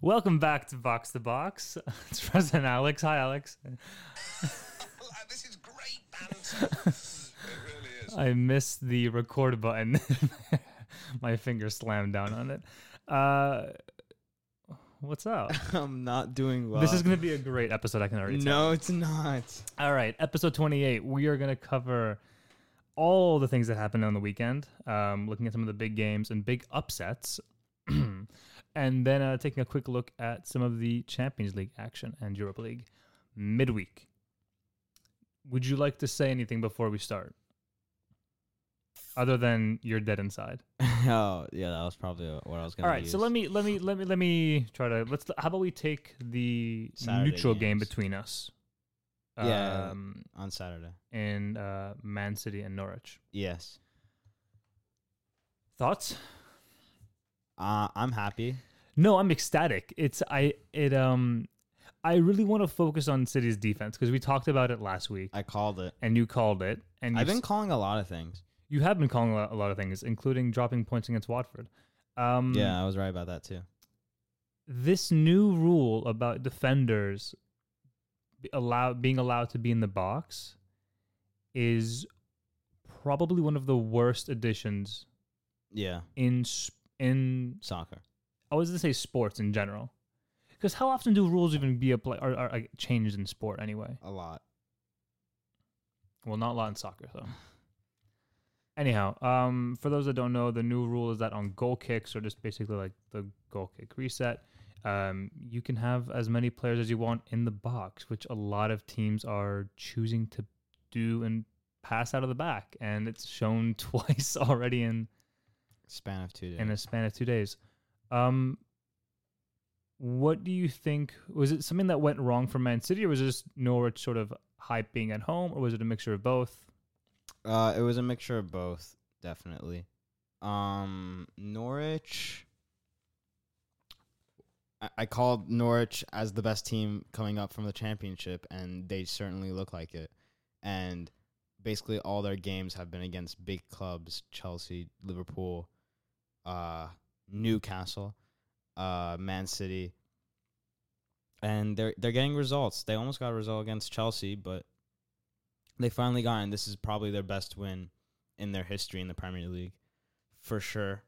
Welcome back to Box the Box. It's President Alex. Hi, Alex. uh, this is great banter. it really is. I missed the record button. My finger slammed down on it. Uh, what's up? I'm not doing well. This is going to be a great episode. I can already tell. no, it's not. All right, episode 28. We are going to cover all the things that happened on the weekend, um, looking at some of the big games and big upsets, and then uh, taking a quick look at some of the Champions League action and Europa League midweek. Would you like to say anything before we start? Other than you're dead inside. oh yeah, that was probably what I was gonna. All right, so let me let me let me let me try to let's. How about we take the Saturday neutral game games. between us? Yeah. Um, on Saturday. in uh, Man City and Norwich. Yes, Thoughts? uh, I'm happy. No, I'm ecstatic. It's I it um I really want to focus on City's defense because we talked about it last week I called it. and you called it and I've you been calling a lot of things. you have been calling a lot, a lot of things, including dropping points against Watford. Um, Yeah, I was right about that too. this new rule about defenders be- allow being allowed to be in the box is probably one of the worst additions Yeah, in sp- in soccer. I was gonna say sports in general, because how often do rules even be applied or are like, changed in sport anyway? A lot. Well, not a lot in soccer though. Anyhow, um, for those that don't know, the new rule is that on goal kicks or just basically like the goal kick reset, um, you can have as many players as you want in the box, which a lot of teams are choosing to do and pass out of the back, and it's shown twice already in Span of two days. in a span of two days. Um, what do you think? Was it something that went wrong for Man City, or was it just Norwich sort of hype being at home, or was it a mixture of both? Uh, it was a mixture of both, definitely. Um, Norwich. I- I called Norwich as the best team coming up from the championship, and they certainly look like it. And basically, all their games have been against big clubs: Chelsea, Liverpool, uh, Newcastle, uh, Man City, and they're they're getting results. They almost got a result against Chelsea, but they finally got in. This is probably their best win in their history in the Premier League, for sure.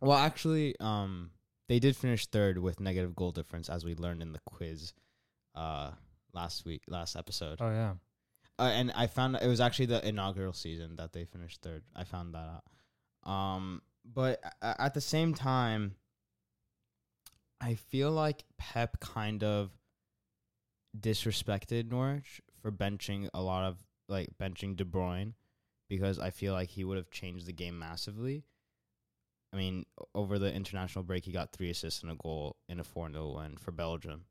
Well, actually, um, they did finish third with negative goal difference, as we learned in the quiz uh, last week, last episode. Oh yeah, Uh, and I found it was actually the inaugural season that they finished third. I found that out. Um, but a- at the same time, I feel like Pep kind of disrespected Norwich for benching a lot of like benching De Bruyne because I feel like he would have changed the game massively. I mean, o- over the international break, he got three assists and a goal in a 4 0 win for Belgium,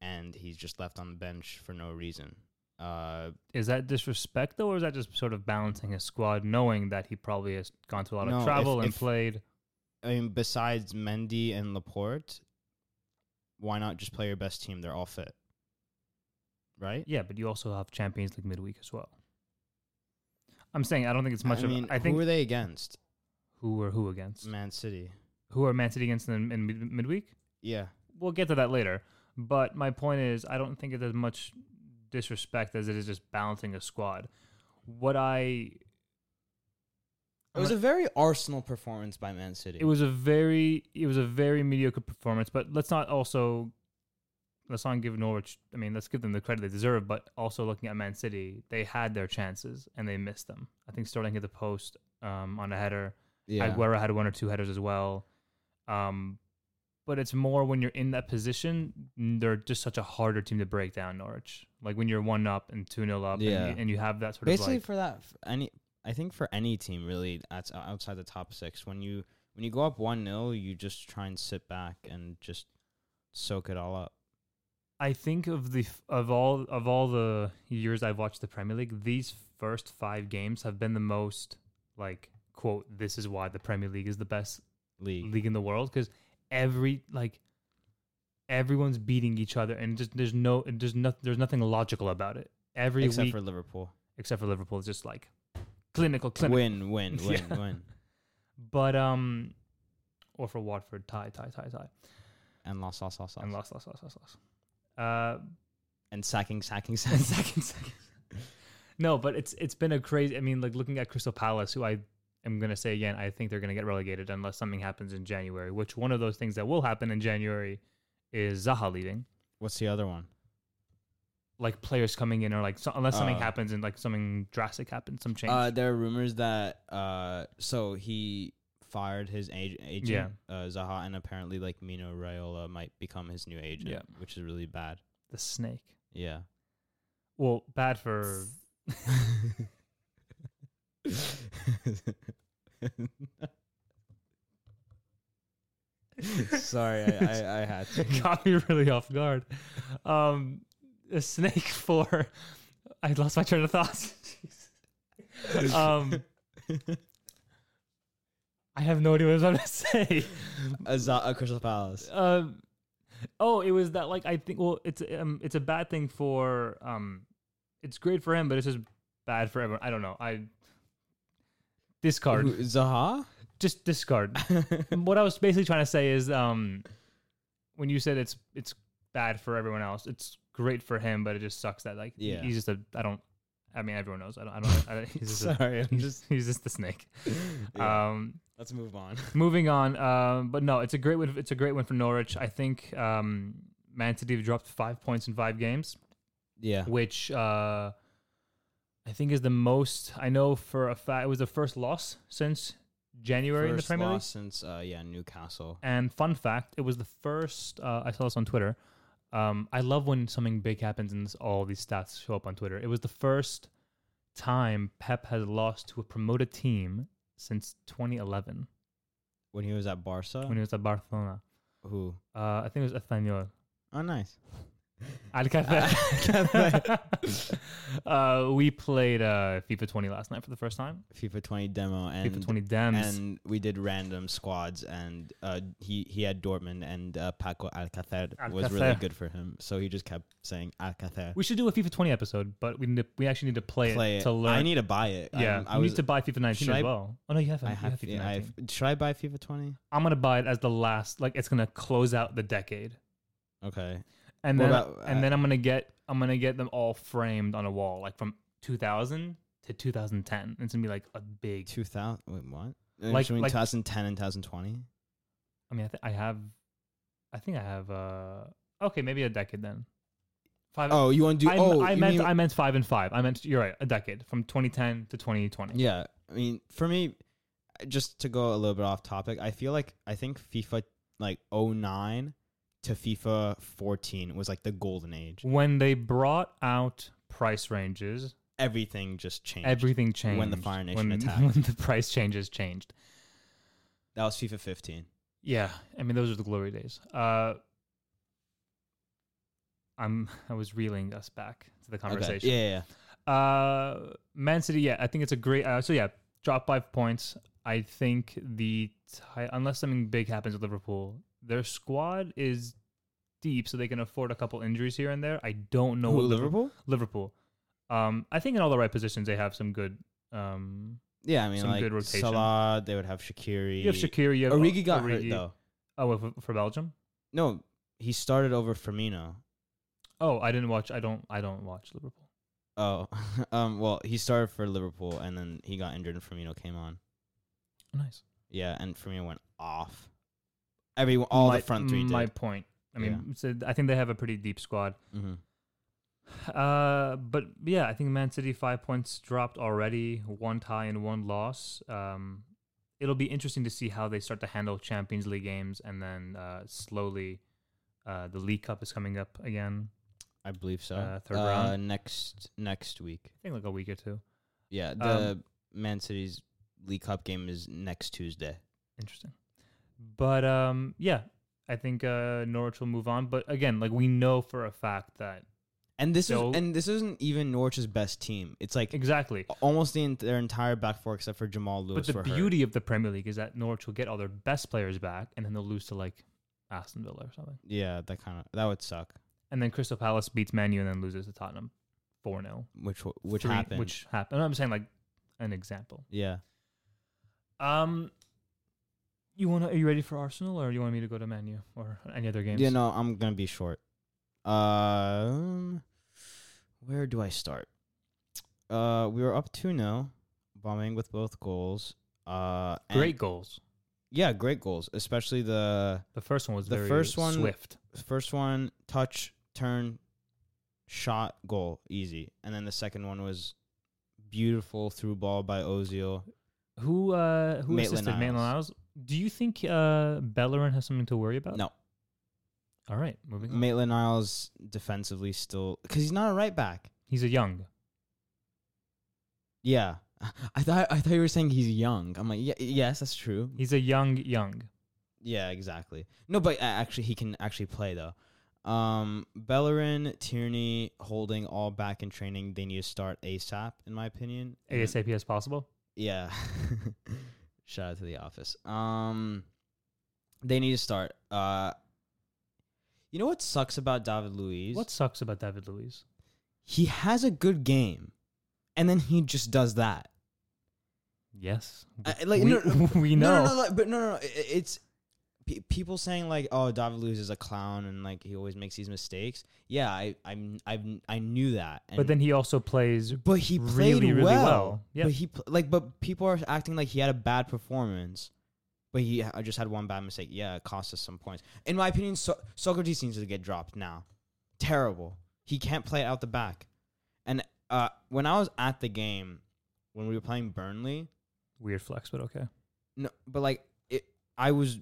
and he's just left on the bench for no reason. Uh, is that disrespect though, or is that just sort of balancing his squad, knowing that he probably has gone through a lot No, of if- travel and if- played? I mean, besides Mendy and Laporte, why not just play your best team? They're all fit, right? Yeah, but you also have Champions League midweek as well. I'm saying I don't think it's much I of. mean, I think who are they against? who are who against? Man City. Who are Man City against in, in mid- midweek? Yeah, we'll get to that later. But my point is, I don't think it's as much disrespect as it is just balancing a squad. What I it was a very Arsenal performance by Man City. it was a very it was a very mediocre performance. But let's not also let's not give Norwich. I mean, let's give them the credit they deserve. But also looking at Man City, they had their chances and they missed them. I think Sterling hit the post um, on a header. yeah, Aguero had one or two headers as well. Um, but it's more when you're in that position, n- they're just such a harder team to break down. Norwich, like when you're one up and two nil up, Yeah. and, you, and you have that sort basically of like, for that for any. I think for any team really that's o- outside the top six, when you when you go up one 0 you just try and sit back and just soak it all up. I think of the f- of all of all the years I've watched the Premier League, these first five games have been the most like quote. This is why the Premier League is the best League. league in the world because every like everyone's beating each other and just there's no there's no, there's nothing logical about it. Every Except week, for Liverpool, except for Liverpool, it's just like clinical, clinical. win, win, win, Yeah. win. But um, or for Watford, tie, tie, tie, tie. and lost, lost, lost, lost, and lost, lost, lost, lost, lost. Uh, and sacking, sacking, sacking, sacking, sacking. no, but it's it's been a crazy. I mean, like looking at Crystal Palace, who I am gonna say again, I think they're gonna get relegated unless something happens in January. Which one of those things that will happen in January is Zaha leaving, What's the other one? like players coming in, or like so, unless something Uh, happens and like something drastic happens, some change. Uh, there are rumors that uh, so he fired his ag- agent Yeah. uh, Zaha, and apparently like Mino Raiola might become his new agent, Yeah. which is really bad. the snake. Yeah. Well, bad for Sorry, I, I, I had to. caught me really off guard. Um, a snake for I lost my train of thought. Jeez. Uh, um, I have no idea what I was about to say. A, Za- a Crystal Palace. Um, oh, it was that like I think. Well, it's um, it's a bad thing for um, it's great for him, but it's just bad for everyone. I don't know. I discard, Who- Zaha? just discard. what I was basically trying to say is, um, when you said it's it's bad for everyone else, it's great for him, but it just sucks that like he- Yeah. he's just a I don't. I mean, everyone knows. I don't. I don't. I don't he's just a, Sorry, I'm just. he's just the snake. Yeah, Um, let's move on. moving on. Um, but no, it's a great win. It's a great win for Norwich. I think um, Man City have dropped five points in five games, Yeah. which uh, I think is the most I know for a fact. It was the first loss since January in the First Premier League. loss since uh, yeah Newcastle. And fun fact, it was the first. Uh, I saw this on Twitter. Um, I love when something big happens and this, all these stats show up on Twitter. It was the first time Pep has lost to a promoted team since 2011 when he was at Barca. when he was at Barcelona. Who? Uh, I think it was Espanyol. Oh, nice. Alcafe. uh, we played uh, FIFA 20 last night for the first time. FIFA 20 demo and FIFA 20 Dems. and we did random squads and uh, he he had Dortmund and uh, Paco Alcacer, was really Alcacer. good for him. So he just kept saying Alcacer. we should do a FIFA 20 episode, but we need to, we actually need to play, Play it it. to learn. I need to buy it. yeah, I'm- I I was. need to buy FIFA 19 Should as I- well. Oh no, you have. I you have, FIFA yeah, 19. I have. Should I buy FIFA 20? I'm gonna buy it as the last. Like it's gonna close out the decade, Okay. and What then about, and uh, then I'm gonna get I'm gonna get them all framed on a wall, like from 2000 to 2010. It's gonna be like a big. 2000. Wait, what? Uh, Like- Between like- 2010 and 2020? I mean, I, th- I have, I think I have. uh Okay, maybe a decade then. Five. Oh, you want to do. I, oh, I you meant mean- I meant five and five. I meant you're right. A decade from 2010 to 2020. Yeah, I mean, for me, just to go a little bit off topic, I feel like I think FIFA like 09 to FIFA 14 was like the golden age. When they brought out price ranges, Everything just changed. everything changed. When the Fire Nation when, attacked. When the price changes changed. that was FIFA 15. Yeah, I mean those are the glory days. Uh, I'm I was reeling us back to the Okay. conversation. Yeah, yeah, yeah. Uh, Man City, yeah, I think it's a great. Uh, so yeah, drop five points. I think the ti- unless something big happens with Liverpool, their squad is deep, so they can afford a couple injuries here and there. I don't know Who, what Liver- Liverpool? Liverpool. Um, I think in all the right positions they have some good. Um, Yeah, I mean, Some like good rotation. Salah, they would have Shakiri. you have Shakiri. You have Origi got Origi. hurt though. Oh, for, for Belgium. No, he started over Firmino. Oh, I didn't watch. I don't. I don't watch Liverpool. Oh, um, well, he started for Liverpool and then he got injured and Firmino came on. Nice. Yeah, and Firmino went off. Everyone, all my, the front three did. My point. I mean, so I think they have a pretty deep squad. hmm Uh, but yeah, I think Man City five points dropped already, one tie and one loss. Um, it'll be interesting to see how they start to handle Champions League games, and then uh, slowly, uh, the League Cup is coming up again. I believe so. Uh, third round. Uh, next next week. I think like a week or two. Yeah, the Um, Man City's League Cup game is next Tuesday. Interesting. But um, yeah, I think uh, Norwich will move on. But again, like we know for a fact that And this So- is and this isn't even Norwich's best team. It's like exactly. almost the, en- their entire back four except for Jamal But Lewis. the were hurt. beauty of the Premier League is that Norwich will get all their best players back, and then they'll lose to like Aston Villa or something. yeah, that kind of that would suck. And then Crystal Palace beats Man U and then loses to Tottenham 4 0. Which w- which happened. Which happened. I'm saying like an example. yeah, Um, You want? to Are you ready for Arsenal, or you want me to go to Menu or any other games? Yeah, no, I'm gonna be short. Um, where do I start? Uh, we were up two 0 bombing with both goals. Uh, and- Great goals. yeah, great goals, especially the The first one was The very first one- swift. first one touch, turn, shot, goal, easy, and then the second one was beautiful through ball by Ozil. Who uh who assisted Maitland-Niles. Maitland Niles? Do you think uh Bellerin has something to worry about? No, All right, moving on. Maitland Niles defensively still because he's not a right back. He's a young. Yeah, I thought I thought you were saying he's young. I'm like, yeah, yes, that's true. He's a young young. Yeah, exactly. No, but uh, actually, he can actually play though. Um, Bellerin, Tierney, holding all back in training. They need to start ASAP, in my opinion. And- ASAP as possible. Yeah. Shout out to the office. Um, they need to start. Uh, you know what sucks about David Luiz? What sucks about David Luiz? he has a good game, and then he just does that. Yes. I- Uh, like, we, no, no, we No, know. no, no, like, but no, no, no. i- i- It's pe- people saying like, "Oh, David Luiz is a clown and like he always makes these mistakes." Yeah, I, I'm, I've, I knew that. And, But then he also plays but he played really, really well. well. Yep. But he pl- like, but people are acting like he had a bad performance, but he ha- just had one bad mistake. Yeah, it cost us some points. In my opinion, so- Socrates needs to get dropped now. Terrible. He can't play out the back. And uh, when I was at the game, when we were playing Burnley, weird flex, but okay. no, but like it, I was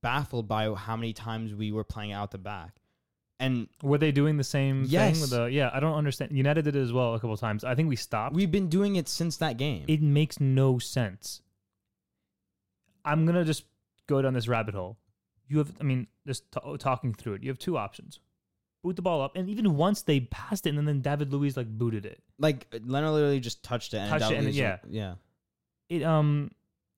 baffled by how many times we were playing out the back, and Were they doing the same thing? Yes. With the, yeah, I don't understand. United did it as well a couple times. I think we stopped. we've been doing it since that game. it makes no sense. I'm gonna just go down this rabbit hole. You have, I mean, just t- talking through it. You have two options: boot the ball up, and even once they passed it, and then David Luiz like booted it. like Leonard literally just touched it, and Touched that it and was- yeah. yeah. It um,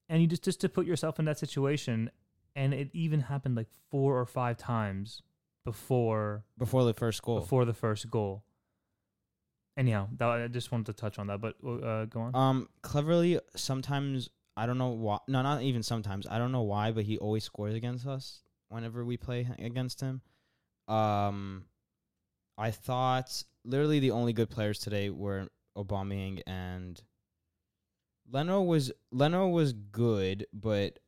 and you just just to put yourself in that situation, and it even happened like four or five times before before the first goal. before the first goal. Anyhow, that, I just wanted to touch on that, but uh, go on. Um, cleverly sometimes I don't know why. No, not even sometimes. I don't know why, but he always scores against us whenever we play h- against him. Um, I thought literally the only good players today were Aubameyang and Leno was Leno was good, but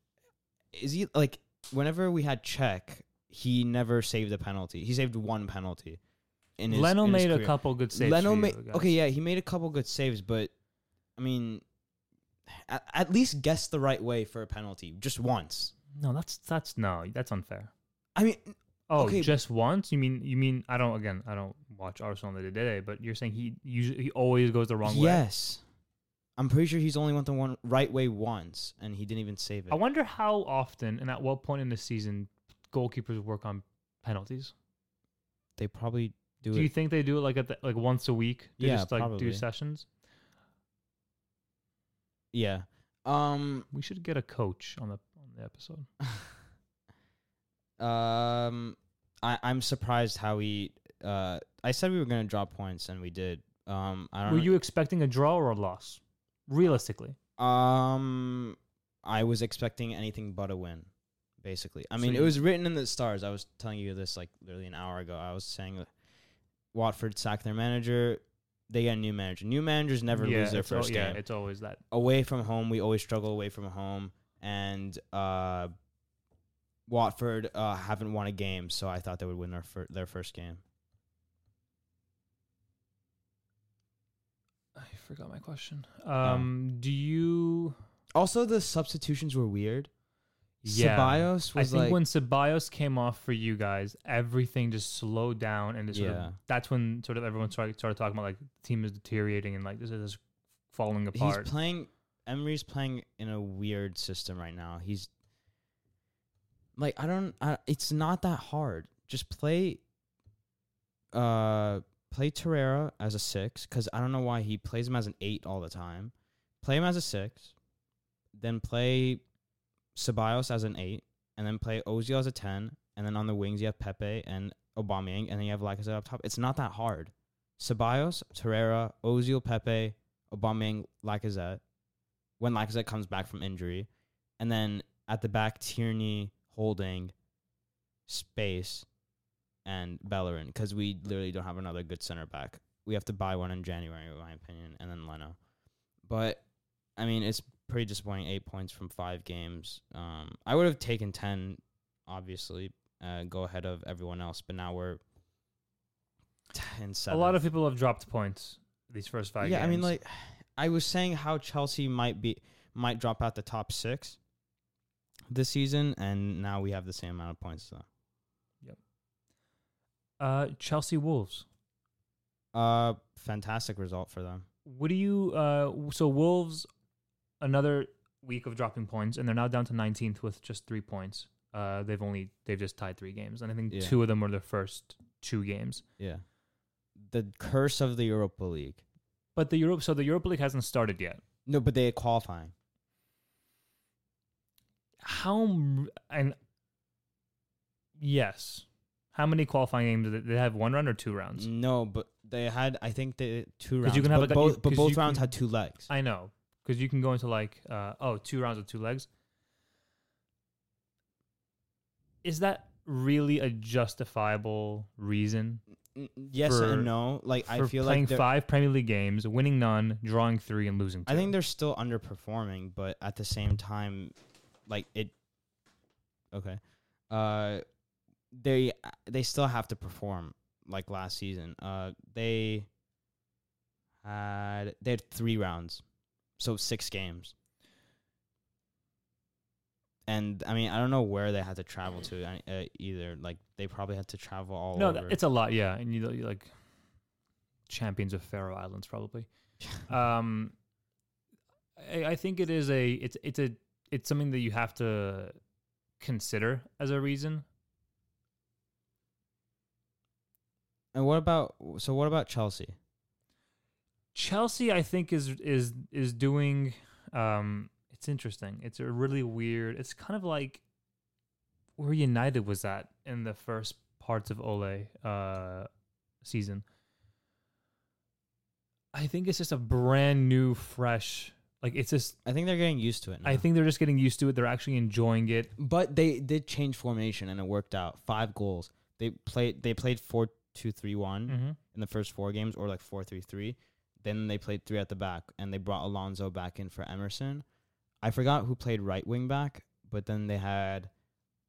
is he like whenever we had check, he never saved a penalty. He saved one penalty. In his, Leno in his made a career. couple good saves. Leno for you made guys. okay, yeah, he made a couple good saves, but I mean, at, at least guess the right way for a penalty just once. No, that's that's no, that's unfair. I mean, Oh, Okay, but- just once? You mean you mean I don't again I don't watch Arsenal the day, but you're saying he usually he always goes the wrong way. yes, I'm pretty sure he's only went the one right way once, and he didn't even save it. I wonder how often and at what point in the season goalkeepers work on penalties. they probably do, Do you it. think they do it like at the, like once a week? They Yeah, just like do probably. sessions. yeah. Um. We should get a coach on the on the episode. Um. I I'm surprised how he. Uh. I said we were gonna drop points, and we did. Um. I don't. Were you expecting a draw or a loss? Realistically, Um, I was expecting anything but a win, basically. I So mean, it you- was written in the stars. I was telling you this like literally an hour ago. I was saying that Watford sacked their manager. They get a new manager. New managers never yeah, lose their it's al- first yeah, game. it's always that. Away from home, we always struggle away from home, and uh, Watford uh, haven't won a game, so I thought they would win their fir- their first game. I forgot my question. Um, do you? Also, the substitutions were weird. Ceballos was I think like when Ceballos came off for you guys, everything just slowed down, and just sort Yeah. of, that's when sort of everyone started started talking about like the team is deteriorating and like this is just falling he's apart. playing Emery's playing in a weird system right now. He's like I don't I, it's not that hard. Just play uh play Torreira as a 6 cuz I don't know why he plays him as an 8 all the time. Play him as a 6, then play Ceballos as an 8, and then play Ozil as a 10, and then on the wings you have Pepe and Aubameyang and then you have Lacazette up top. It's not that hard. Ceballos, Torreira, Ozil, Pepe, Aubameyang, Lacazette, when Lacazette comes back from injury, and then At the back, Tierney, Holding, Space, and Bellerin because we literally don't have another good center back. We have to buy one in January, in my opinion, and then Leno. But I mean, it's pretty disappointing. Eight points from five games. Um, I would have taken ten, obviously, uh, go ahead of everyone else. But now we're ten seven. A lot of people have dropped points these first five. yeah, I mean, games. like I was saying, how Chelsea might be might drop out the top six this season, and now we have the same amount of points. So, uh, Chelsea Wolves. uh, fantastic result for them. What do you? Uh, w- so Wolves, another week of dropping points, and they're now down to 19th with just three points. Uh, they've only they've just tied three games, and I think Yeah. two of them were their first two games. Yeah, the curse of the Europa League. But the Europe, so the Europa League hasn't started yet. No, but they are qualifying. How m- and yes, how many qualifying games? Did they, they have one round or two rounds? No, but they had I think they two 'Cause rounds. you can have but a- both, you- but 'cause both you rounds can- had two legs. I know because you can go into like uh, oh two rounds with two legs. Is that really a justifiable reason N- yes for- and no. Like I for feel playing like they're- five Premier League games, winning none, drawing three, and losing two? I think they're still underperforming, but at the same time, like it. Okay, uh, they they still have to perform like last season. Uh, they had they had three rounds, so six games. And I mean, I don't know where they had to travel to uh, uh, either. Like they probably had to travel all no, over. th- it's a lot. Yeah, and you, you like champions of Faroe Islands probably. Mm-hmm. um, I, I think it is a it's it's a it's something that you have to consider as a reason. and what about so? What about Chelsea? Chelsea, I think, is is is doing. Um, it's interesting. It's a really weird. It's kind of like where United was at in the first parts of Ole uh, season. I think it's just a brand new, fresh. Like it's just. I think they're getting used to it. Now. I think they're just getting used to it. They're actually enjoying it. But they did change formation and it worked out. Five goals. They played they played four two three one Mm-hmm. in the first four games or like four three three. Then they played three at the back and they brought Alonso back in for Emerson. I forgot who played right wing back, but then they had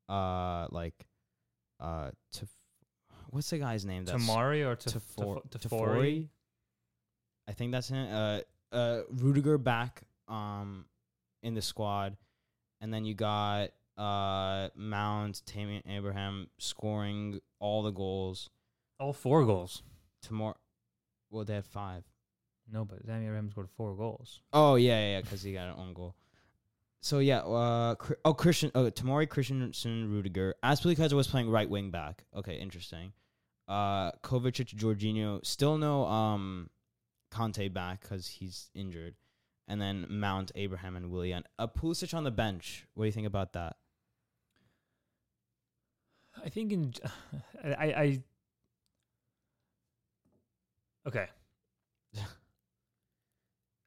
uh like uh Tef- what's the guy's name that's Tamari or to Tafor- Tafori. Tafori. I think that's him. Uh, uh, Rudiger back um in the squad, and then you got uh Mount, Tamian Abraham scoring all the goals. All Oh, four goals. Tomorrow, well they had five. No, but Tammy Abraham scored four goals. Oh yeah, yeah, because he got an own goal. So yeah, uh, Chr- oh Christian, oh Tamori Christensen, Rudiger, Aspilicueta was playing right wing back. Okay, interesting. Uh, Kovacic, Jorginho, still no um, Conte back because he's injured, and then Mount, Abraham, and Willian. Uh, Pulisic on the bench. What do you think about that? I think in I I, I okay.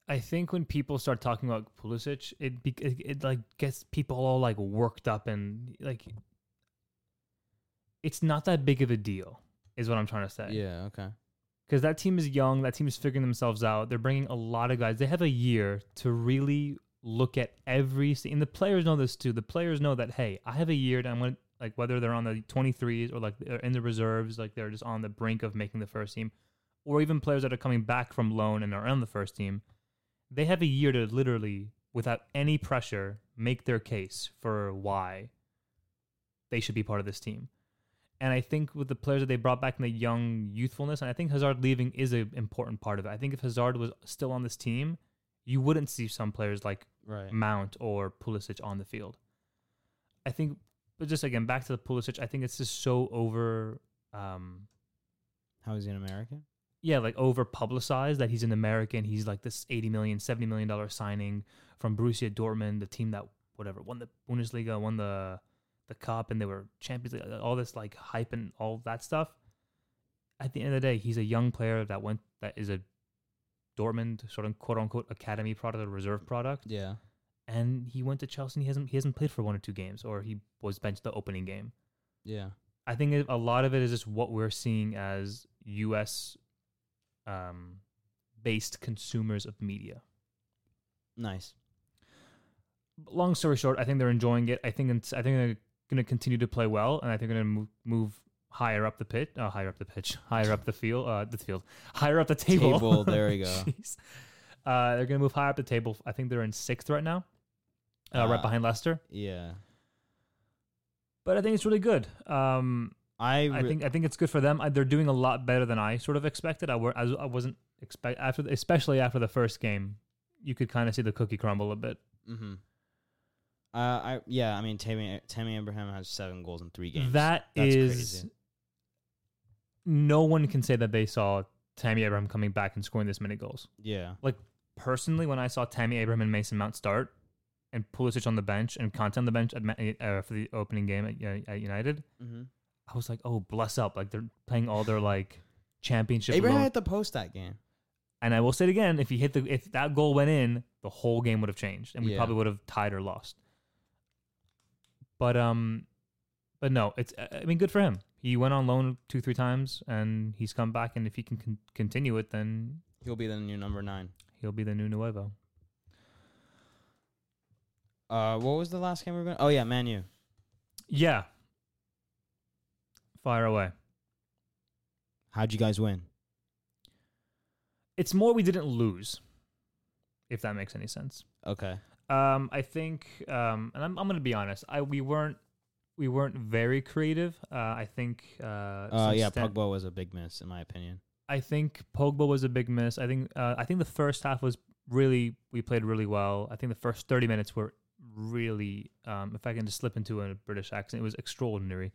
I think when people start talking about Pulisic, it, be, it it like gets people all like worked up and like it's not that big of a deal, is what I'm trying to say. Yeah. Okay. Because that team is young, that team is figuring themselves out. They're bringing a lot of guys. They have a year to really look at every. se- And the players know this too. The players know that hey, I have a year, and I'm gonna like whether they're on the 23s or like they're in the reserves, like they're just on the brink of making the first team, or even players that are coming back from loan and are on the first team. They have a year to literally, without any pressure, make their case for why they should be part of this team. And I think with the players that they brought back in the young youthfulness, and I think Hazard leaving is an important part of it. I think if Hazard was still on this team, you wouldn't see some players like Right. Mount or Pulisic on the field. I think, but just again back to the Pulisic, I think it's just so over, um, How is he an American? yeah, like over publicized that he's an American. He's like this 80 million, 70 million dollar signing from Borussia Dortmund, the team that whatever won the Bundesliga, won the the cup, and they were Champions League. All this like hype and all that stuff. At the end of the day, he's a young player that went that is a Dortmund sort of quote unquote academy product, a reserve product, Yeah. and he went to Chelsea and he hasn't he hasn't played for one or two games or he was benched the opening game. Yeah. I think it- a lot of it is just what we're seeing as U.S. Um, based consumers of media. Nice. Long story short, I think they're enjoying it. I think it's, I think they're going to continue to play well, and I think they're going to move, move higher up the pit, uh, higher up the pitch, higher up the field, uh, the field, higher up the table. Table, there we go. Jeez. Uh, they're going to move higher up the table. I think they're in sixth right now, uh, right Ah. behind Leicester. Yeah. But I think it's really good. Um, I, I think I think it's good for them. I, they're doing a lot better than I sort of expected. I were I, I wasn't expect after the- especially after the first game, you could kind of see the cookie crumble a bit. Mm-hmm. Uh, I yeah. I mean, Tammy Tammy Abraham has seven goals in three games. That That's is- crazy. No one can say that they saw Tammy Abraham coming back and scoring this many goals. yeah. Personally, when I saw Tammy Abraham and Mason Mount start, and Pulisic on the bench and Conte on the bench at, Ma- uh, for the opening game at, uh, at United, Mm-hmm. I was like, oh bless up! Like they're playing all their like championship. Abraham loan- hit the post that game. And I will say it again: if he hit the, if that goal went in, the whole game would have changed, and we Yeah. probably would have tied or lost. But um, but no, it's I mean, good for him. He went on loan two, three times, and he's come back. And if he can con- continue it, then He'll be the new number nine. he'll be the new Nuevo. Uh, what was the last game we were going? Oh yeah, Manu. Yeah. Fire away. How'd you guys win? It's more we didn't lose, if that makes any sense. Okay. Um, I think, um, and I'm, I'm going to be honest. I we weren't we weren't very creative. Uh, I think. Uh, Uh, some yeah, stat- Pogba was a big miss in my opinion. I think Pogba was a big miss. I think uh, I think the first half was really we played really well. I think the first thirty minutes were really, um, if I can just slip into a British accent, it was extraordinary.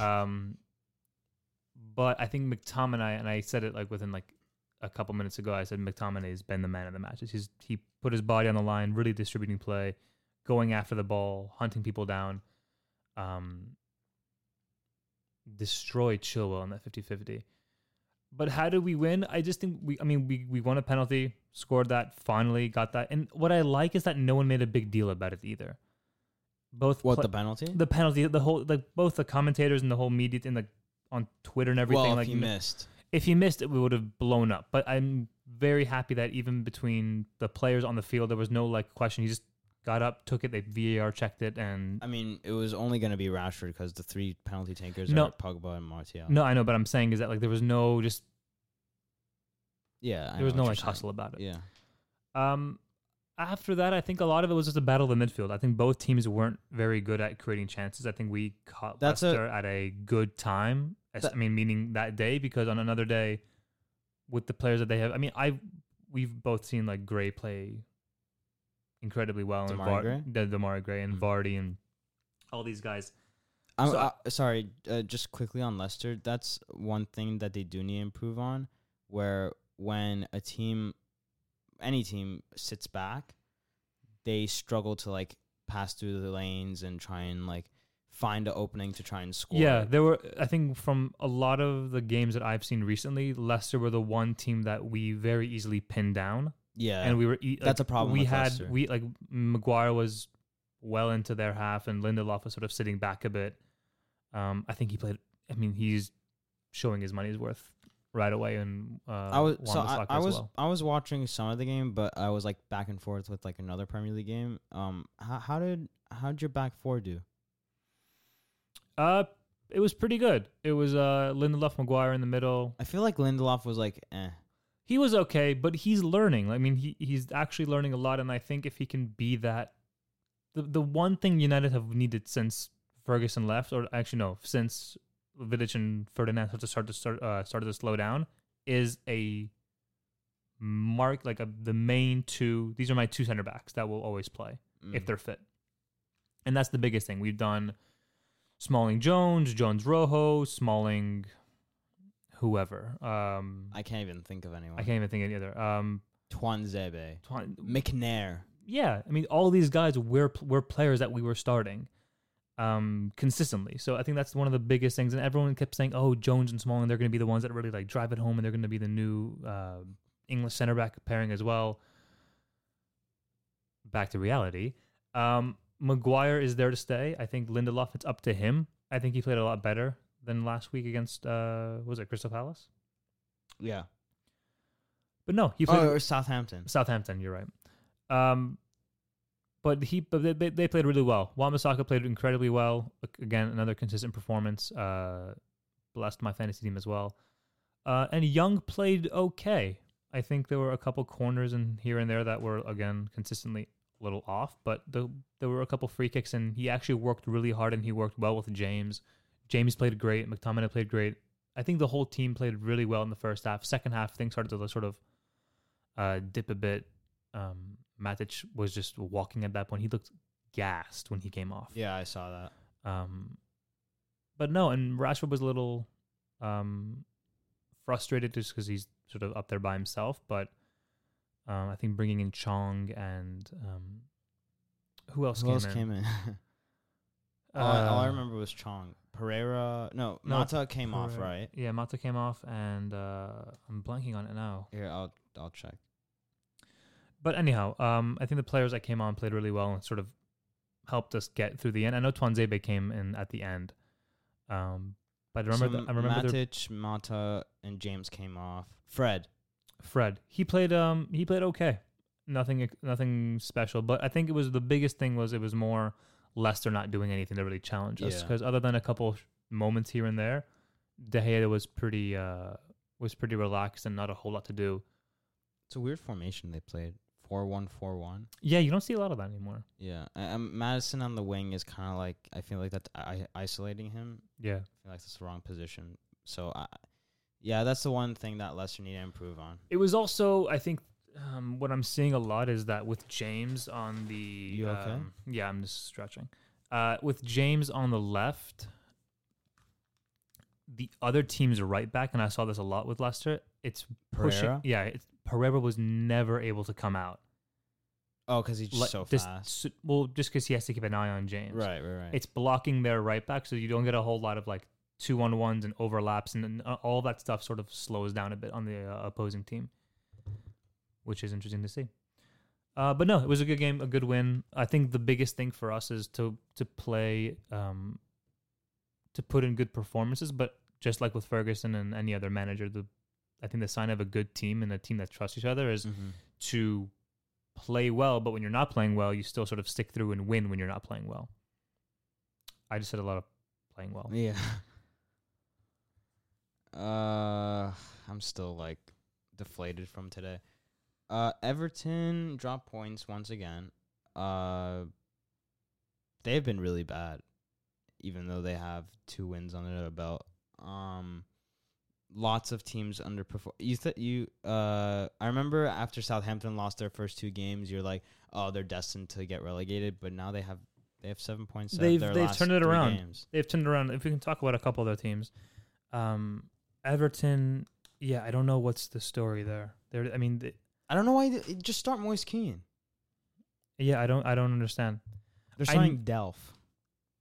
Um, but I think McTominay and I said it like within like a couple minutes ago. I said McTominay has been the man of the matches. He's he put his body on the line, really distributing play, going after the ball, hunting people down. Um, destroyed Chilwell on that 50-50. But how did we win? I just think we. I mean, we we won a penalty, scored that, finally got that. And what I like is that no one made a big deal about it either. Both What pla- the penalty? the penalty, the whole like both the commentators and the whole media and the on Twitter and everything well, like if you n- missed. if he missed it, we would have blown up. But I'm very happy that even between the players on the field, there was no like question. He just got up, took it, they VAR checked it, and I mean, it was only going to be Rashford because the three penalty takers No. are Pogba and Martial. no, I know. But I'm saying is that like there was no just yeah, I there was know no what like you're hustle about it. saying. Yeah, Um, after that, I think a lot of it was just a battle of the midfield. I think both teams weren't very good at creating chances. I think we caught That's a- Leicester at a good time. as- That- I mean, meaning that day because on another day, with the players that they have, I mean, I we've both seen like Gray play incredibly well, and Damari Var- Gray? the Damari Gray and Mm. Vardy and all these guys. I'm So- uh, sorry. Uh, just quickly on Leicester, that's one thing that they do need to improve on. Where when a team, any team, sits back, they struggle to like pass through the lanes and try and like find an opening to try and score. Yeah, there were. I think from a lot of the games that I've seen recently, Leicester were the one team that we very easily pinned down. yeah. and we were e- That's like, a problem We with had Leicester. we like Maguire was well into their half, and Lindelof was sort of sitting back a bit. Um, I think he played. I mean, he's showing his money's worth right away, and uh, I was so I, Wan-Bissaka I as was well. I was watching some of the game, but I was like back and forth with like another Premier League game. Um, how, how did how did your back four do? Uh, it was pretty good. It was uh Lindelof, Maguire in the middle. I feel like Lindelof was like, eh, He was okay, but he's learning. I mean, he he's actually learning a lot, and I think if he can be that, the the one thing United have needed since Ferguson left, or actually no, since Vidic and Ferdinand started to start to start uh, started to slow down, is a mark like a, the main two. These are my two center backs that will always play if mm, they're fit, and that's the biggest thing we've done. Smalling Jones, Jones Rojo, Smalling, whoever. Um, I can't even think of anyone. I can't even think of any other. Um, Twan Zebe, Twan- McNair. yeah, I mean, all these guys were were players that we were starting um, consistently. So I think that's one of the biggest things. And everyone kept saying, "Oh, Jones and Smalling, they're going to be the ones that really like drive it home, and they're going to be the new uh, English center back pairing as well." back to reality. Um, Maguire is there to stay. I think Lindelof. It's up to him. I think he played a lot better than last week against uh, was it Crystal Palace? Yeah. But no, he played Oh, or Southampton. Southampton. You're right. Um, but he, but they- they, they played really well. Wamasaka played incredibly well. Ag- Again, another consistent performance. Uh, blessed my fantasy team as well. Uh, and Young played okay. I think there were a couple corners and here and there that were again consistently a little off, but the, there were a couple free kicks and he actually worked really hard and he worked well with James. James played great. McTominay played great. I think the whole team played really well in the first half. Second half, things started to sort of uh, dip a bit. Um, Matic was just walking at that point. He looked gassed when he came off. Yeah, I saw that. Um, but no, and Rashford was a little um, frustrated just because he's sort of up there by himself. But um, I think bringing in Chong and um, who else Who came else in? came in? Uh, all, I- all I remember was Chong. Pereira. No, No, Mata came off, Pereira. right? Yeah, Mata came off, and uh, I'm blanking on it now. Here, I'll I'll check. But anyhow, um, I think the players that came on played really well and sort of helped us get through the end. I know Twanzebe came in at the end, um, but I remember So th- I remember there- Matic, Mata, and James came off. Fred. Fred. He played um he played okay. Nothing ex- nothing special, but I think it was the biggest thing was it was more Leicester not doing anything to really challenge us Yeah. because other than a couple sh- moments here and there, De Gea was pretty uh was pretty relaxed and not a whole lot to do. It's a weird formation they played. Four one four one. Yeah, you don't see a lot of that anymore. Yeah, A- um, Madison on the wing is kind of like I feel like that's I- isolating him. Yeah. I feel like that's the wrong position. So, I, yeah, that's the one thing that Leicester need to improve on. It was also, I think, um, what I'm seeing a lot is that with James on the. You okay? um, yeah, I'm just stretching. Uh, with James on the left, the other team's right back, and I saw this a lot with Leicester. It's pushing. Pereira? Yeah, it's, Pereira was never able to come out. Oh, because he's just Like, so just- fast. s- well, just because he has to keep an eye on James. Right, right, right. It's blocking their right back, so you don't get a whole lot of like two on ones and overlaps, and, and uh, all that stuff sort of slows down a bit on the uh, opposing team, which is interesting to see. Uh, but no, it was a good game, a good win. I think the biggest thing for us is to to play, um, to put in good performances. But just like with Ferguson and any other manager, the I think the sign of a good team and a team that trusts each other is Mhm. to play well, but when you're not playing well, you still sort of stick through and win when you're not playing well. I just said a lot of playing well. Yeah. Uh, I'm still like deflated from today. Uh, Everton drop points once again. Uh, they've been really bad, even though they have two wins under their belt. Um, lots of teams underperform. You th- you uh, I remember after Southampton lost their first two games, you're like, oh, they're destined to get relegated. But now they have they have seven points. out of They've- their they've last turned it three around. Games. They've turned around. If we can talk about a couple of their teams, um, Everton. Yeah, I don't know what's the story there. There, I mean, th- I don't know why. They, just start Moise Keane. yeah, I don't, I don't understand. They're I signing Delph.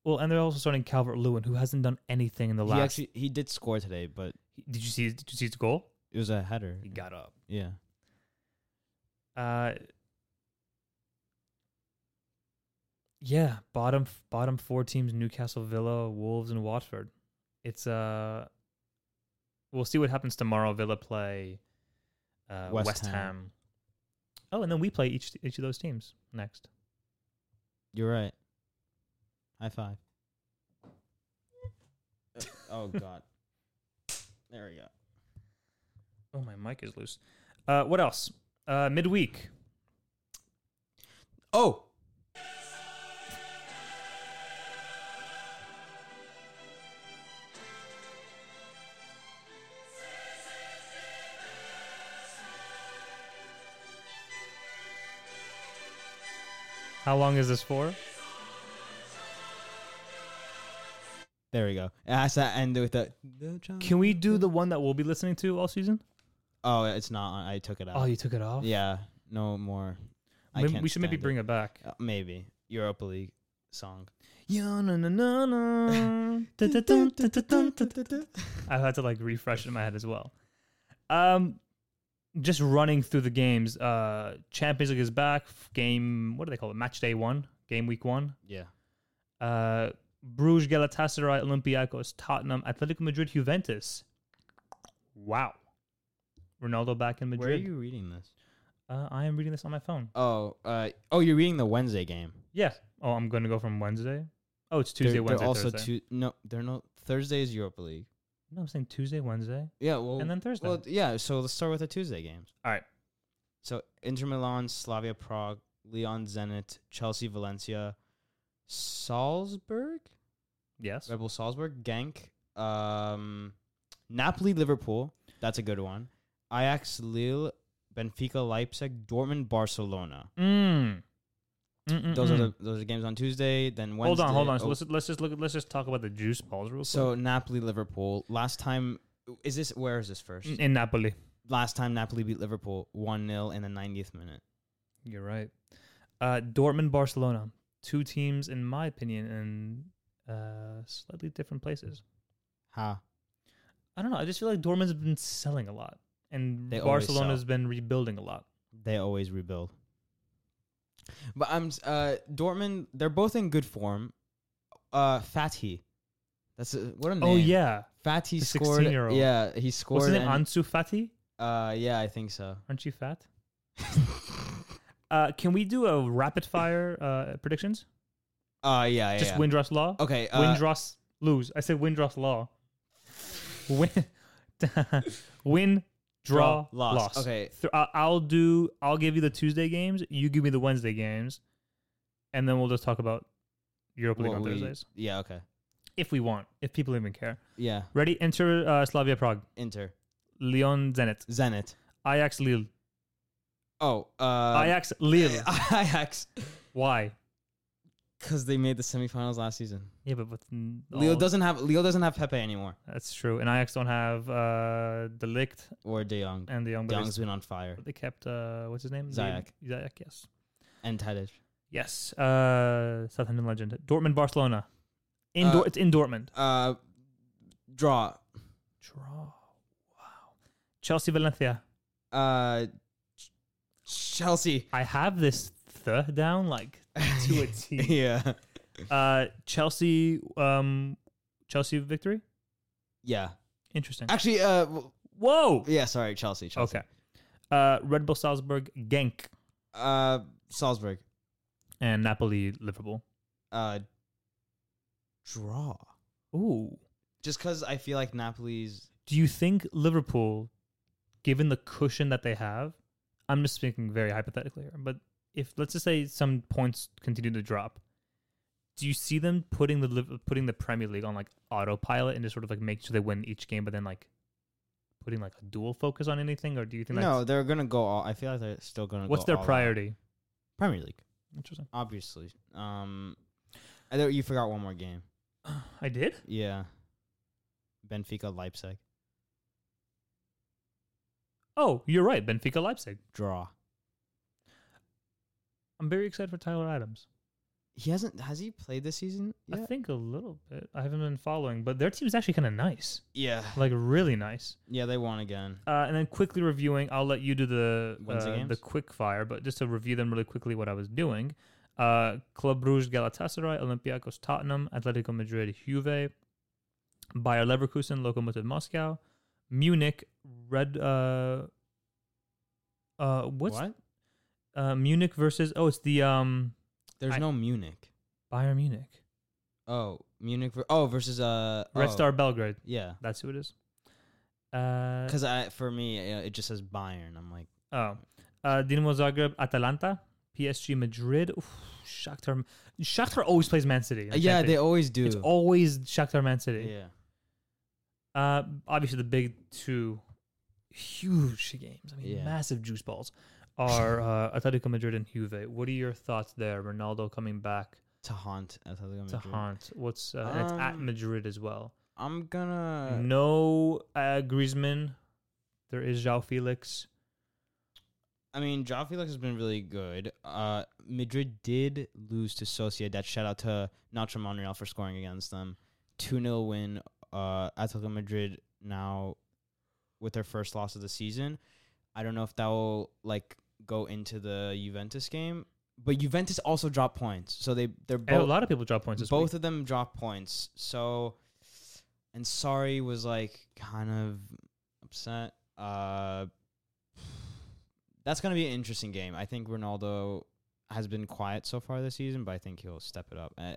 Well, and they're also starting Calvert Lewin, who hasn't done anything in the He last. actually he did score today, but did you see? Did you see his goal? it was a header. He got up. Yeah. Uh, yeah, bottom f- bottom four teams: Newcastle, Villa, Wolves, and Watford. It's uh, we'll see what happens tomorrow. Villa play uh, West, West Ham. Ham. Oh, and then we play each each of those teams next. You're right. High five. oh god. There we go. Oh, my mic is loose. Uh, what else? Uh, midweek. Oh. How long is this for? There we go. It has to end with a. Can we do the one that we'll be listening to all season? Oh, it's not. on. I took it out. you took it Oh, off. Uh, yeah. No more. I Maybe- can't we should maybe stand it. bring it back. Uh, maybe Europa League song. Yo, na, na, na, na. Dun, dun, dun, dun, dun, dun, dun, dun. I had to like refresh it in my head as well. Um, just running through the games, uh, Champions League is back. f- Game, what do they call it? Match day one, game week one. Yeah. Uh, Bruges, Galatasaray, Olympiacos, Tottenham, Atletico Madrid, Juventus. Wow. Ronaldo back in Madrid. Where are you reading this? Uh, I am reading this on my phone. Oh, uh, oh, you're reading the Wednesday game. Yeah. Oh, I'm going to go from Wednesday. Oh, it's Tuesday, they're, Wednesday, They're also Thursday. Tu- no, they're not. Thursday is Europa League. no, I'm saying Tuesday, Wednesday, Yeah, well, and then Thursday. Oh, well, yeah. So let's start with the Tuesday games. All right. So Inter Milan, Slavia Prague, Leon Zenit, Chelsea, Valencia, Salzburg, yes. Rebel Salzburg, Genk, um, Napoli, Liverpool. That's a good one. Ajax, Lille, Benfica, Leipzig, Dortmund, Barcelona. Mm. Mm-mm-mm. Those are the those are the games on Tuesday. Then Hold Wednesday. on, hold on. So oh, let's let's just look. at- Let's just talk about the juice balls real So Napoli, Liverpool. Last time, is this where is this first? quick. in Napoli. Last time Napoli beat Liverpool one 0 in the 90th minute. You're right. Uh, Dortmund, Barcelona, two teams, in my opinion, in uh, slightly different places. Ha! I don't know. I just feel like Dortmund's been selling a lot, and They always Barcelona's been rebuilding a lot. They always rebuild. But I'm s- uh, Dortmund. They're both in good form. Uh, Fatih. That's a, what a name. Oh yeah, Fatih The scored. 16-year-old. Yeah, he scored. what's his name? and- Ansu Fati? uh, yeah, I think so. Aren't you fat? Uh, can we do a rapid fire uh, predictions? uh, yeah, yeah. Just yeah. Windrush Law. Okay. Uh, Windrush lose. I said Windrush Law. Win, win, draw, Draw, loss. loss. Okay. Th- I- I'll do. I'll give you the Tuesday games. You give me the Wednesday games, and then we'll just talk about Europa League what on we- Thursdays yeah. Okay. if we want. If people even care. Yeah. Ready? Enter uh, Slavia Prague, Inter. Lyon Zenit, Zenit. Ajax Lille, Oh. Uh, Ajax Lille. Ajax. Why? Because they made the semifinals last season. Yeah, but with n- Leo all- doesn't have Leo doesn't have Pepe anymore That's true. And Ajax don't have uh, Delict or De Jong. and the young. De boys. Jong's been on fire They kept uh, what's his name? Ziyech. The- Ziyech, yes. and Tadic. Yes. Uh, Southampton legend. Dortmund, Barcelona. In Dor- Uh, it's in Dortmund. Uh, draw. Draw. Wow. Chelsea, Valencia. Uh, Ch- Chelsea I have this th down like to a T. yeah, Uh, Chelsea. Um, Chelsea victory. yeah. Interesting. Actually, uh, w- Whoa. yeah. Sorry, Chelsea. Chelsea. Okay. Uh, Red Bull Salzburg, Genk, Uh, Salzburg. and Napoli, Liverpool. Uh, draw. Ooh. Just because I feel like Napoli's. Do you think Liverpool, given the cushion that they have, I'm just speaking very hypothetically here, but if let's just say some points continue to drop, do you see them putting the Liv- putting the Premier League on like autopilot and just sort of like make sure they win each game, but then like putting like a dual focus on anything, or do you think No, that's, they're gonna go. All, I feel like they're still gonna. what's go their all out. priority? Premier League, Interesting. obviously. Um, I know you forgot one more game. I did. Yeah. Benfica Leipzig Oh, you're right. Benfica, Leipzig. draw. I'm very excited for Tyler Adams. He hasn't has he played this season? I think a little bit. I haven't been following, but their team's actually kind of nice, yeah. like really nice. Yeah, they won again. Uh, and then quickly reviewing, I'll let you do the Wednesday uh, games? the quick fire, but just to review them really quickly, what I was doing: uh, Club Brugge, Galatasaray, Olympiacos, Tottenham, Atletico Madrid, Juve, Bayer Leverkusen, Lokomotiv Moscow, Munich, Red. Uh, uh, what's what? Uh, Munich versus? Oh, it's the um, There's I- no Munich. Bayern Munich, Oh, Munich. Ver- oh, versus uh Red oh, Star Belgrade. Yeah, That's who it is. Uh, because I for me uh, it just says Bayern. I'm like Oh, uh, Dinamo Zagreb, Atalanta, PSG, Madrid. Oof, Shakhtar, Shakhtar always plays Man City. in the uh, yeah, they Champions. always do. it's always Shakhtar, Man City. yeah, Uh, obviously the big two huge games. I mean, Yeah. massive juice balls are uh, Atletico Madrid and Juve. What are your thoughts there? Ronaldo coming back to haunt. Atletico to Madrid. haunt. What's uh, and it's at Um, Madrid as well. I'm gonna. no uh, Griezmann. There is João Felix. I mean, Joao Felix has been really good. Uh, Madrid did lose to Sociedad. Shout out to Nacho Monreal for scoring against them. 2 0 win. Uh, Atletico Madrid now with their first loss of the season. I don't know if that will like go into the Juventus game, but Juventus also dropped points, so they they're And a both lot of people drop points. This both week. of them dropped points. So and sorry was like kind of upset. Uh, that's gonna be an interesting game. I think Ronaldo has been quiet so far this season, but I think he'll step it up. Uh,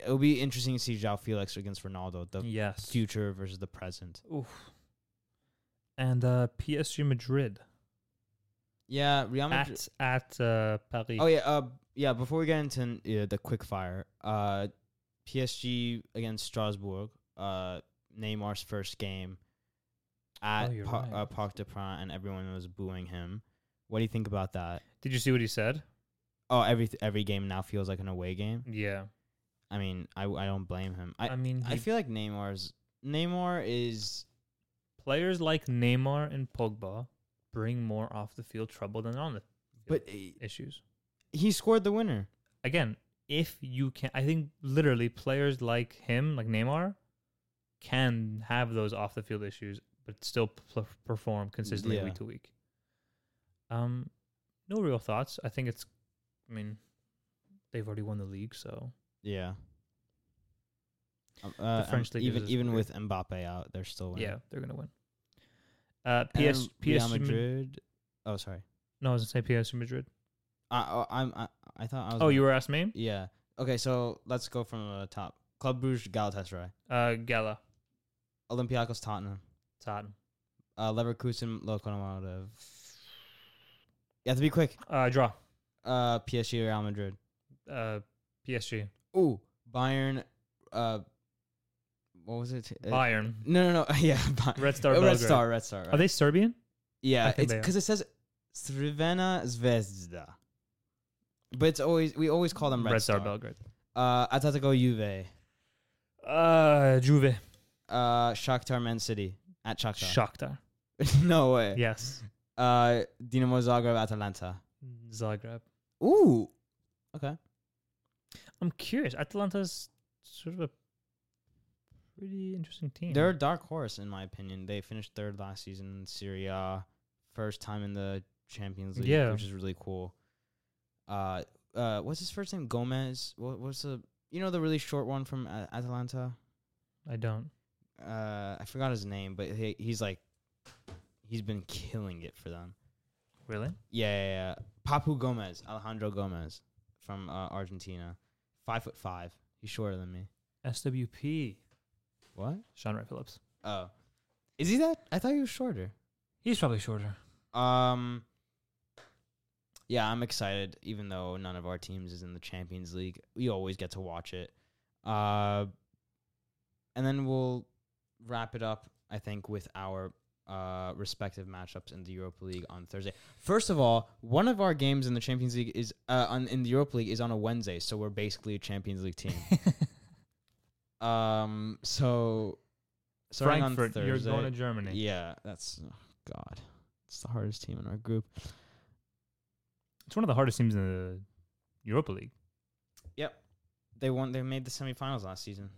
it'll be interesting to see João Felix against Ronaldo, the yes. future versus the present. Oof. And uh, PSG Madrid Yeah, Real Madrid. at at uh, Paris. Oh yeah, uh, yeah. Before we get into n- yeah, the quick fire, uh, PSG against Strasbourg, uh, Neymar's first game at Oh, you're Pa- right. uh, Parc des Princes, and everyone was booing him. What do you think about that? Did you see what he said? Oh, every every game now feels like an away game. Yeah. I mean, I, I don't blame him. I I, I, mean, he- feel like Neymar's Neymar is players like Neymar and Pogba bring more off the field trouble than on the but uh, issues. he scored the winner. Again, if you can, I think literally players like him, like Neymar, can have those off the field issues, but still p- perform consistently Yeah. week to week. Um, no real thoughts. I think it's, I mean, they've already won the league, so Yeah. Um, Uh, The French um, league is even just even weird. with Mbappe out, they're still winning. yeah, they're gonna win. Uh, And PS, Real PS, Madrid. Oh, sorry. no, I was gonna say PS Madrid. I, I I'm I, I thought I was. Oh, you gonna- were asking me. Yeah. Okay, so let's go from the top. Club Brugge, Galatasaray, Uh, Gala, Olympiacos, Tottenham, Tottenhan. uh, Leverkusen, Lokomotiv. You have to be quick. Uh, draw. Uh, PSG, Real Madrid. Uh, PSG. Ooh, Bayern. Uh, what was it? Uh, Bayern. No, no, no. yeah, Bayern. Red Star Uh, Red Belgrade. Star. Red Star. Are right. they Serbian? I Yeah, think it's they are. because it says Srivena Zvezda, but it's always we always call them Red, Star. Belgrade. Uh, Atletico Juve. Uh, Juve. Uh, Shakhtar Man City at Shakhtar. Shakhtar. no way. Yes. Uh, Dinamo Zagreb Atalanta. Zagreb. Ooh. Okay. I'm curious. Atalanta's sort of a pretty interesting team. They're a dark horse in my opinion. They finished third last season in Serie A, first time in the Champions League, Yeah. which is really cool. Uh, uh, what's his first name? Gomez. What what's the you know the really short one from uh, Atalanta? I don't. Uh, I forgot his name, but he, he's like he's been killing it for them. Really? Yeah, yeah, yeah. Papu Gomez, Alejandro Gomez from uh, Argentina, five foot five. He's shorter than me. SWP. What? Sean Ray Phillips. Oh, is he that? I thought he was shorter. He's probably shorter. Um. Yeah, I'm excited. Even though none of our teams is in the Champions League, we always get to watch it. Uh, and then we'll wrap it up. I think with our uh, respective matchups in the Europa League on Thursday. First of all, one of our games in the Champions League is uh, on, in the Europa League is on a Wednesday, so we're basically a Champions League team. um. So. starting on Frankfurt. You're Thursday- going to Germany. yeah, that's oh, God. It's the hardest team in our group. It's one of the hardest teams in the Europa League. They won. They made the semifinals last season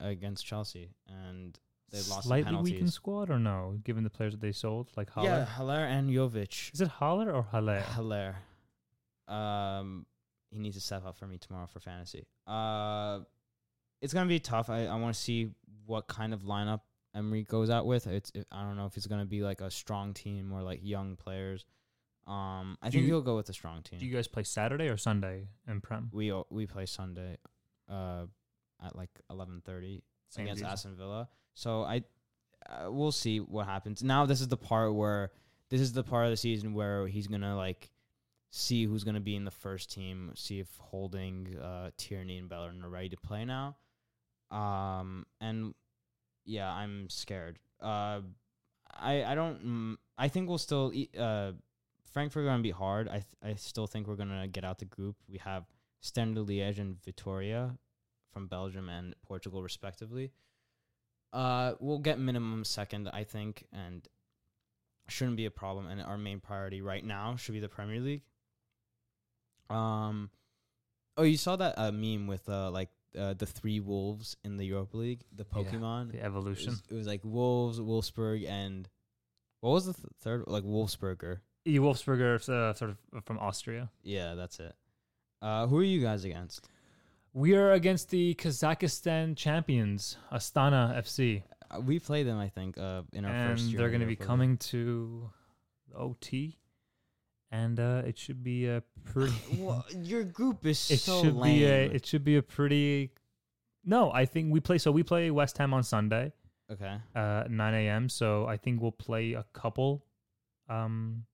against Chelsea, and they lost in Slightly weakened penalties. squad or no? Given the players that they sold, like Haller. Yeah, Haller and Jovic. Is it Haller or Haller? Haller. Um, he needs to step up for me tomorrow for fantasy. Uh, it's gonna be tough. I, I want to see what kind of lineup Emery goes out with. It's I don't know if it's gonna be like a strong team or like young players. Um, I Do think you- he'll go with a strong team. Do you guys play Saturday or Sunday in Prem? we o- we play Sunday, uh, at like eleven thirty Same against reason. Aston Villa. So I, uh, we'll see what happens. Now this is the part where this is the part of the season where he's gonna like see who's gonna be in the first team, see if Holding, uh, Tierney, and Bellerin are ready to play now. Um, and yeah, I'm scared. Uh, I I don't. Mm, I think we'll still. e- Uh, Frankfurt are gonna be hard. I th- I still think we're gonna get out the group. We have Standard Liège and Vitoria from Belgium and Portugal, respectively. Uh, we'll get minimum second, I think, and shouldn't be a problem. And our main priority right now should be the Premier League. Um, oh, you saw that uh, meme with uh, like uh, the three wolves in the Europa League, the Yeah. Pokemon. The It evolution. was, it was like Wolves, Wolfsburg, and what was the th- third? Like Wolfsburger. E. Wolfsburger, uh, sort of from Austria. Yeah, that's it. Uh, who are you guys against? We are against the Kazakhstan champions, Astana FC, Uh, we played them, I think, uh, in our and first year. they're in going to be Europa League. coming to OT, and uh, it should be a pretty. Wha- your group is it so should lame. be a. It should be a pretty. No, I think we play. So we play West Ham on Sunday, okay. uh, at 9 a.m. So I think we'll play a couple, um,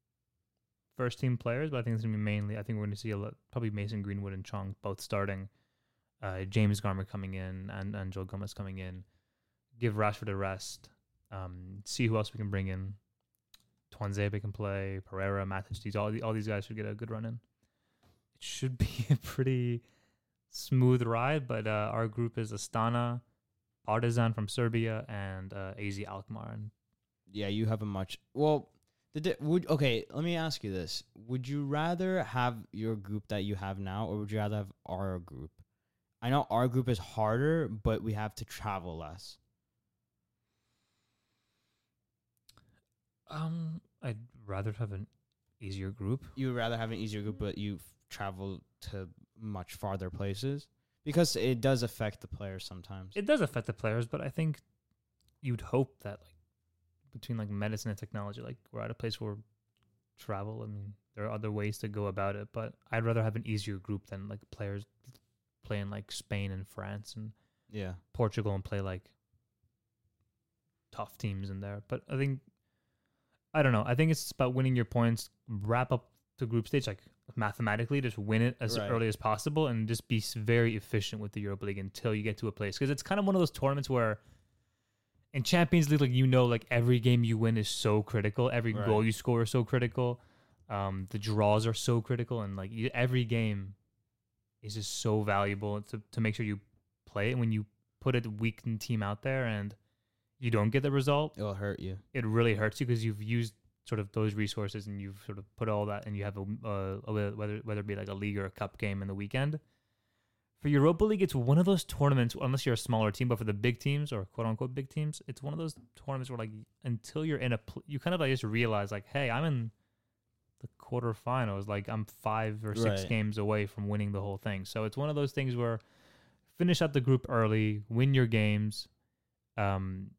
first team players, but I think it's gonna be mainly. I think we're gonna see a lot, probably Mason Greenwood and Chong both starting. Uh, James Garner coming in and and Joel Gomez coming in. Give Rashford a rest. Um, see who else we can bring in. Twanzebe can play. Pereira, Matic. These all the, all these guys should get a good run in. It should be a pretty smooth ride, but uh, our group is Astana. Partizan from Serbia and uh, AZ Alkmaar. And Yeah, you have a much well. The di- would okay. Let me ask you this: Would you rather have your group that you have now, or would you rather have our group? I know our group is harder, but we have to travel less. um, I'd rather have an easier group. You would rather have an easier group, but you travel to much farther places because it does affect the players sometimes. It does affect the players, but I think you'd hope that like between like medicine and technology, like we're at a place where travel. I mean, there are other ways to go about it, but I'd rather have an easier group than like players playing like Spain and France and yeah, Portugal and play like tough teams in there. But I think I don't know. I think it's about winning your points, wrap up the group stage like mathematically, just win it as Right. early as possible, and just be s- very efficient with the Europa League until you get to a place because it's kind of one of those tournaments where. In Champions League, like you know, like every game you win is so critical. Every Right. goal you score is so critical. Um, the draws are so critical, and like you, every game is just so valuable to to make sure you play it when you put a weakened team out there and you don't get the result, it'll hurt you. it really hurts you because you've used sort of those resources and you've sort of put all that and you have a, uh, a whe- whether whether it be like a league or a cup game in the weekend. For Europa League, it's one of those tournaments. Unless you're a smaller team, but for the big teams or quote unquote big teams, it's one of those tournaments where like until you're in a, pl- you kind of like just realize like, hey, I'm in the quarterfinals. Like I'm five or six Right. games away from winning the whole thing. So it's one of those things where finish out the group early, win your games. Um,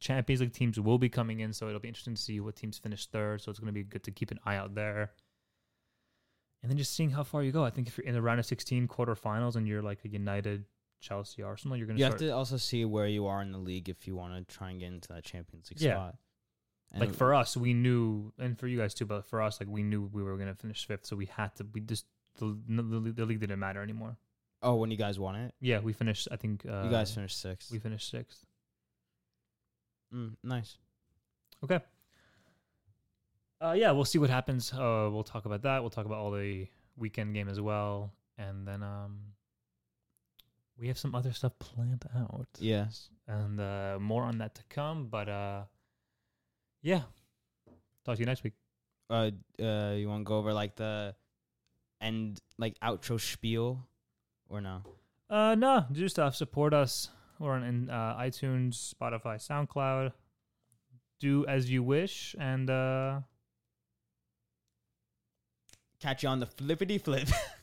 Champions League teams will be coming in, so it'll be interesting to see what teams finish third. So it's going to be good to keep an eye out there. And then just seeing how far you go. I think if you're in the round of 16 quarterfinals and you're like a United, Chelsea, Arsenal, you're going You have start to also see where you are in the league if you want to try and get into that Champions League Yeah. spot. like And- for us, we knew, and for you guys too, but for us, like we knew we were going to finish fifth, so we had to. We just the, the, the league didn't matter anymore. oh, when you guys won it, Yeah, we finished. I think uh, you guys finished sixth. we finished sixth. Mm, nice. Okay. Uh, yeah, we'll see what happens. Uh, we'll talk about that. We'll talk about all the weekend game as well, and then um, we have some other stuff planned out, Yes. and uh, more on that to come. But uh, yeah, talk to you next week. Uh, uh, you want to go over like the end, like outro spiel, or no? Uh, no, do stuff. Support us. We're on in, uh, iTunes, Spotify, SoundCloud. Do as you wish, and uh, Catch you on the flippity flip.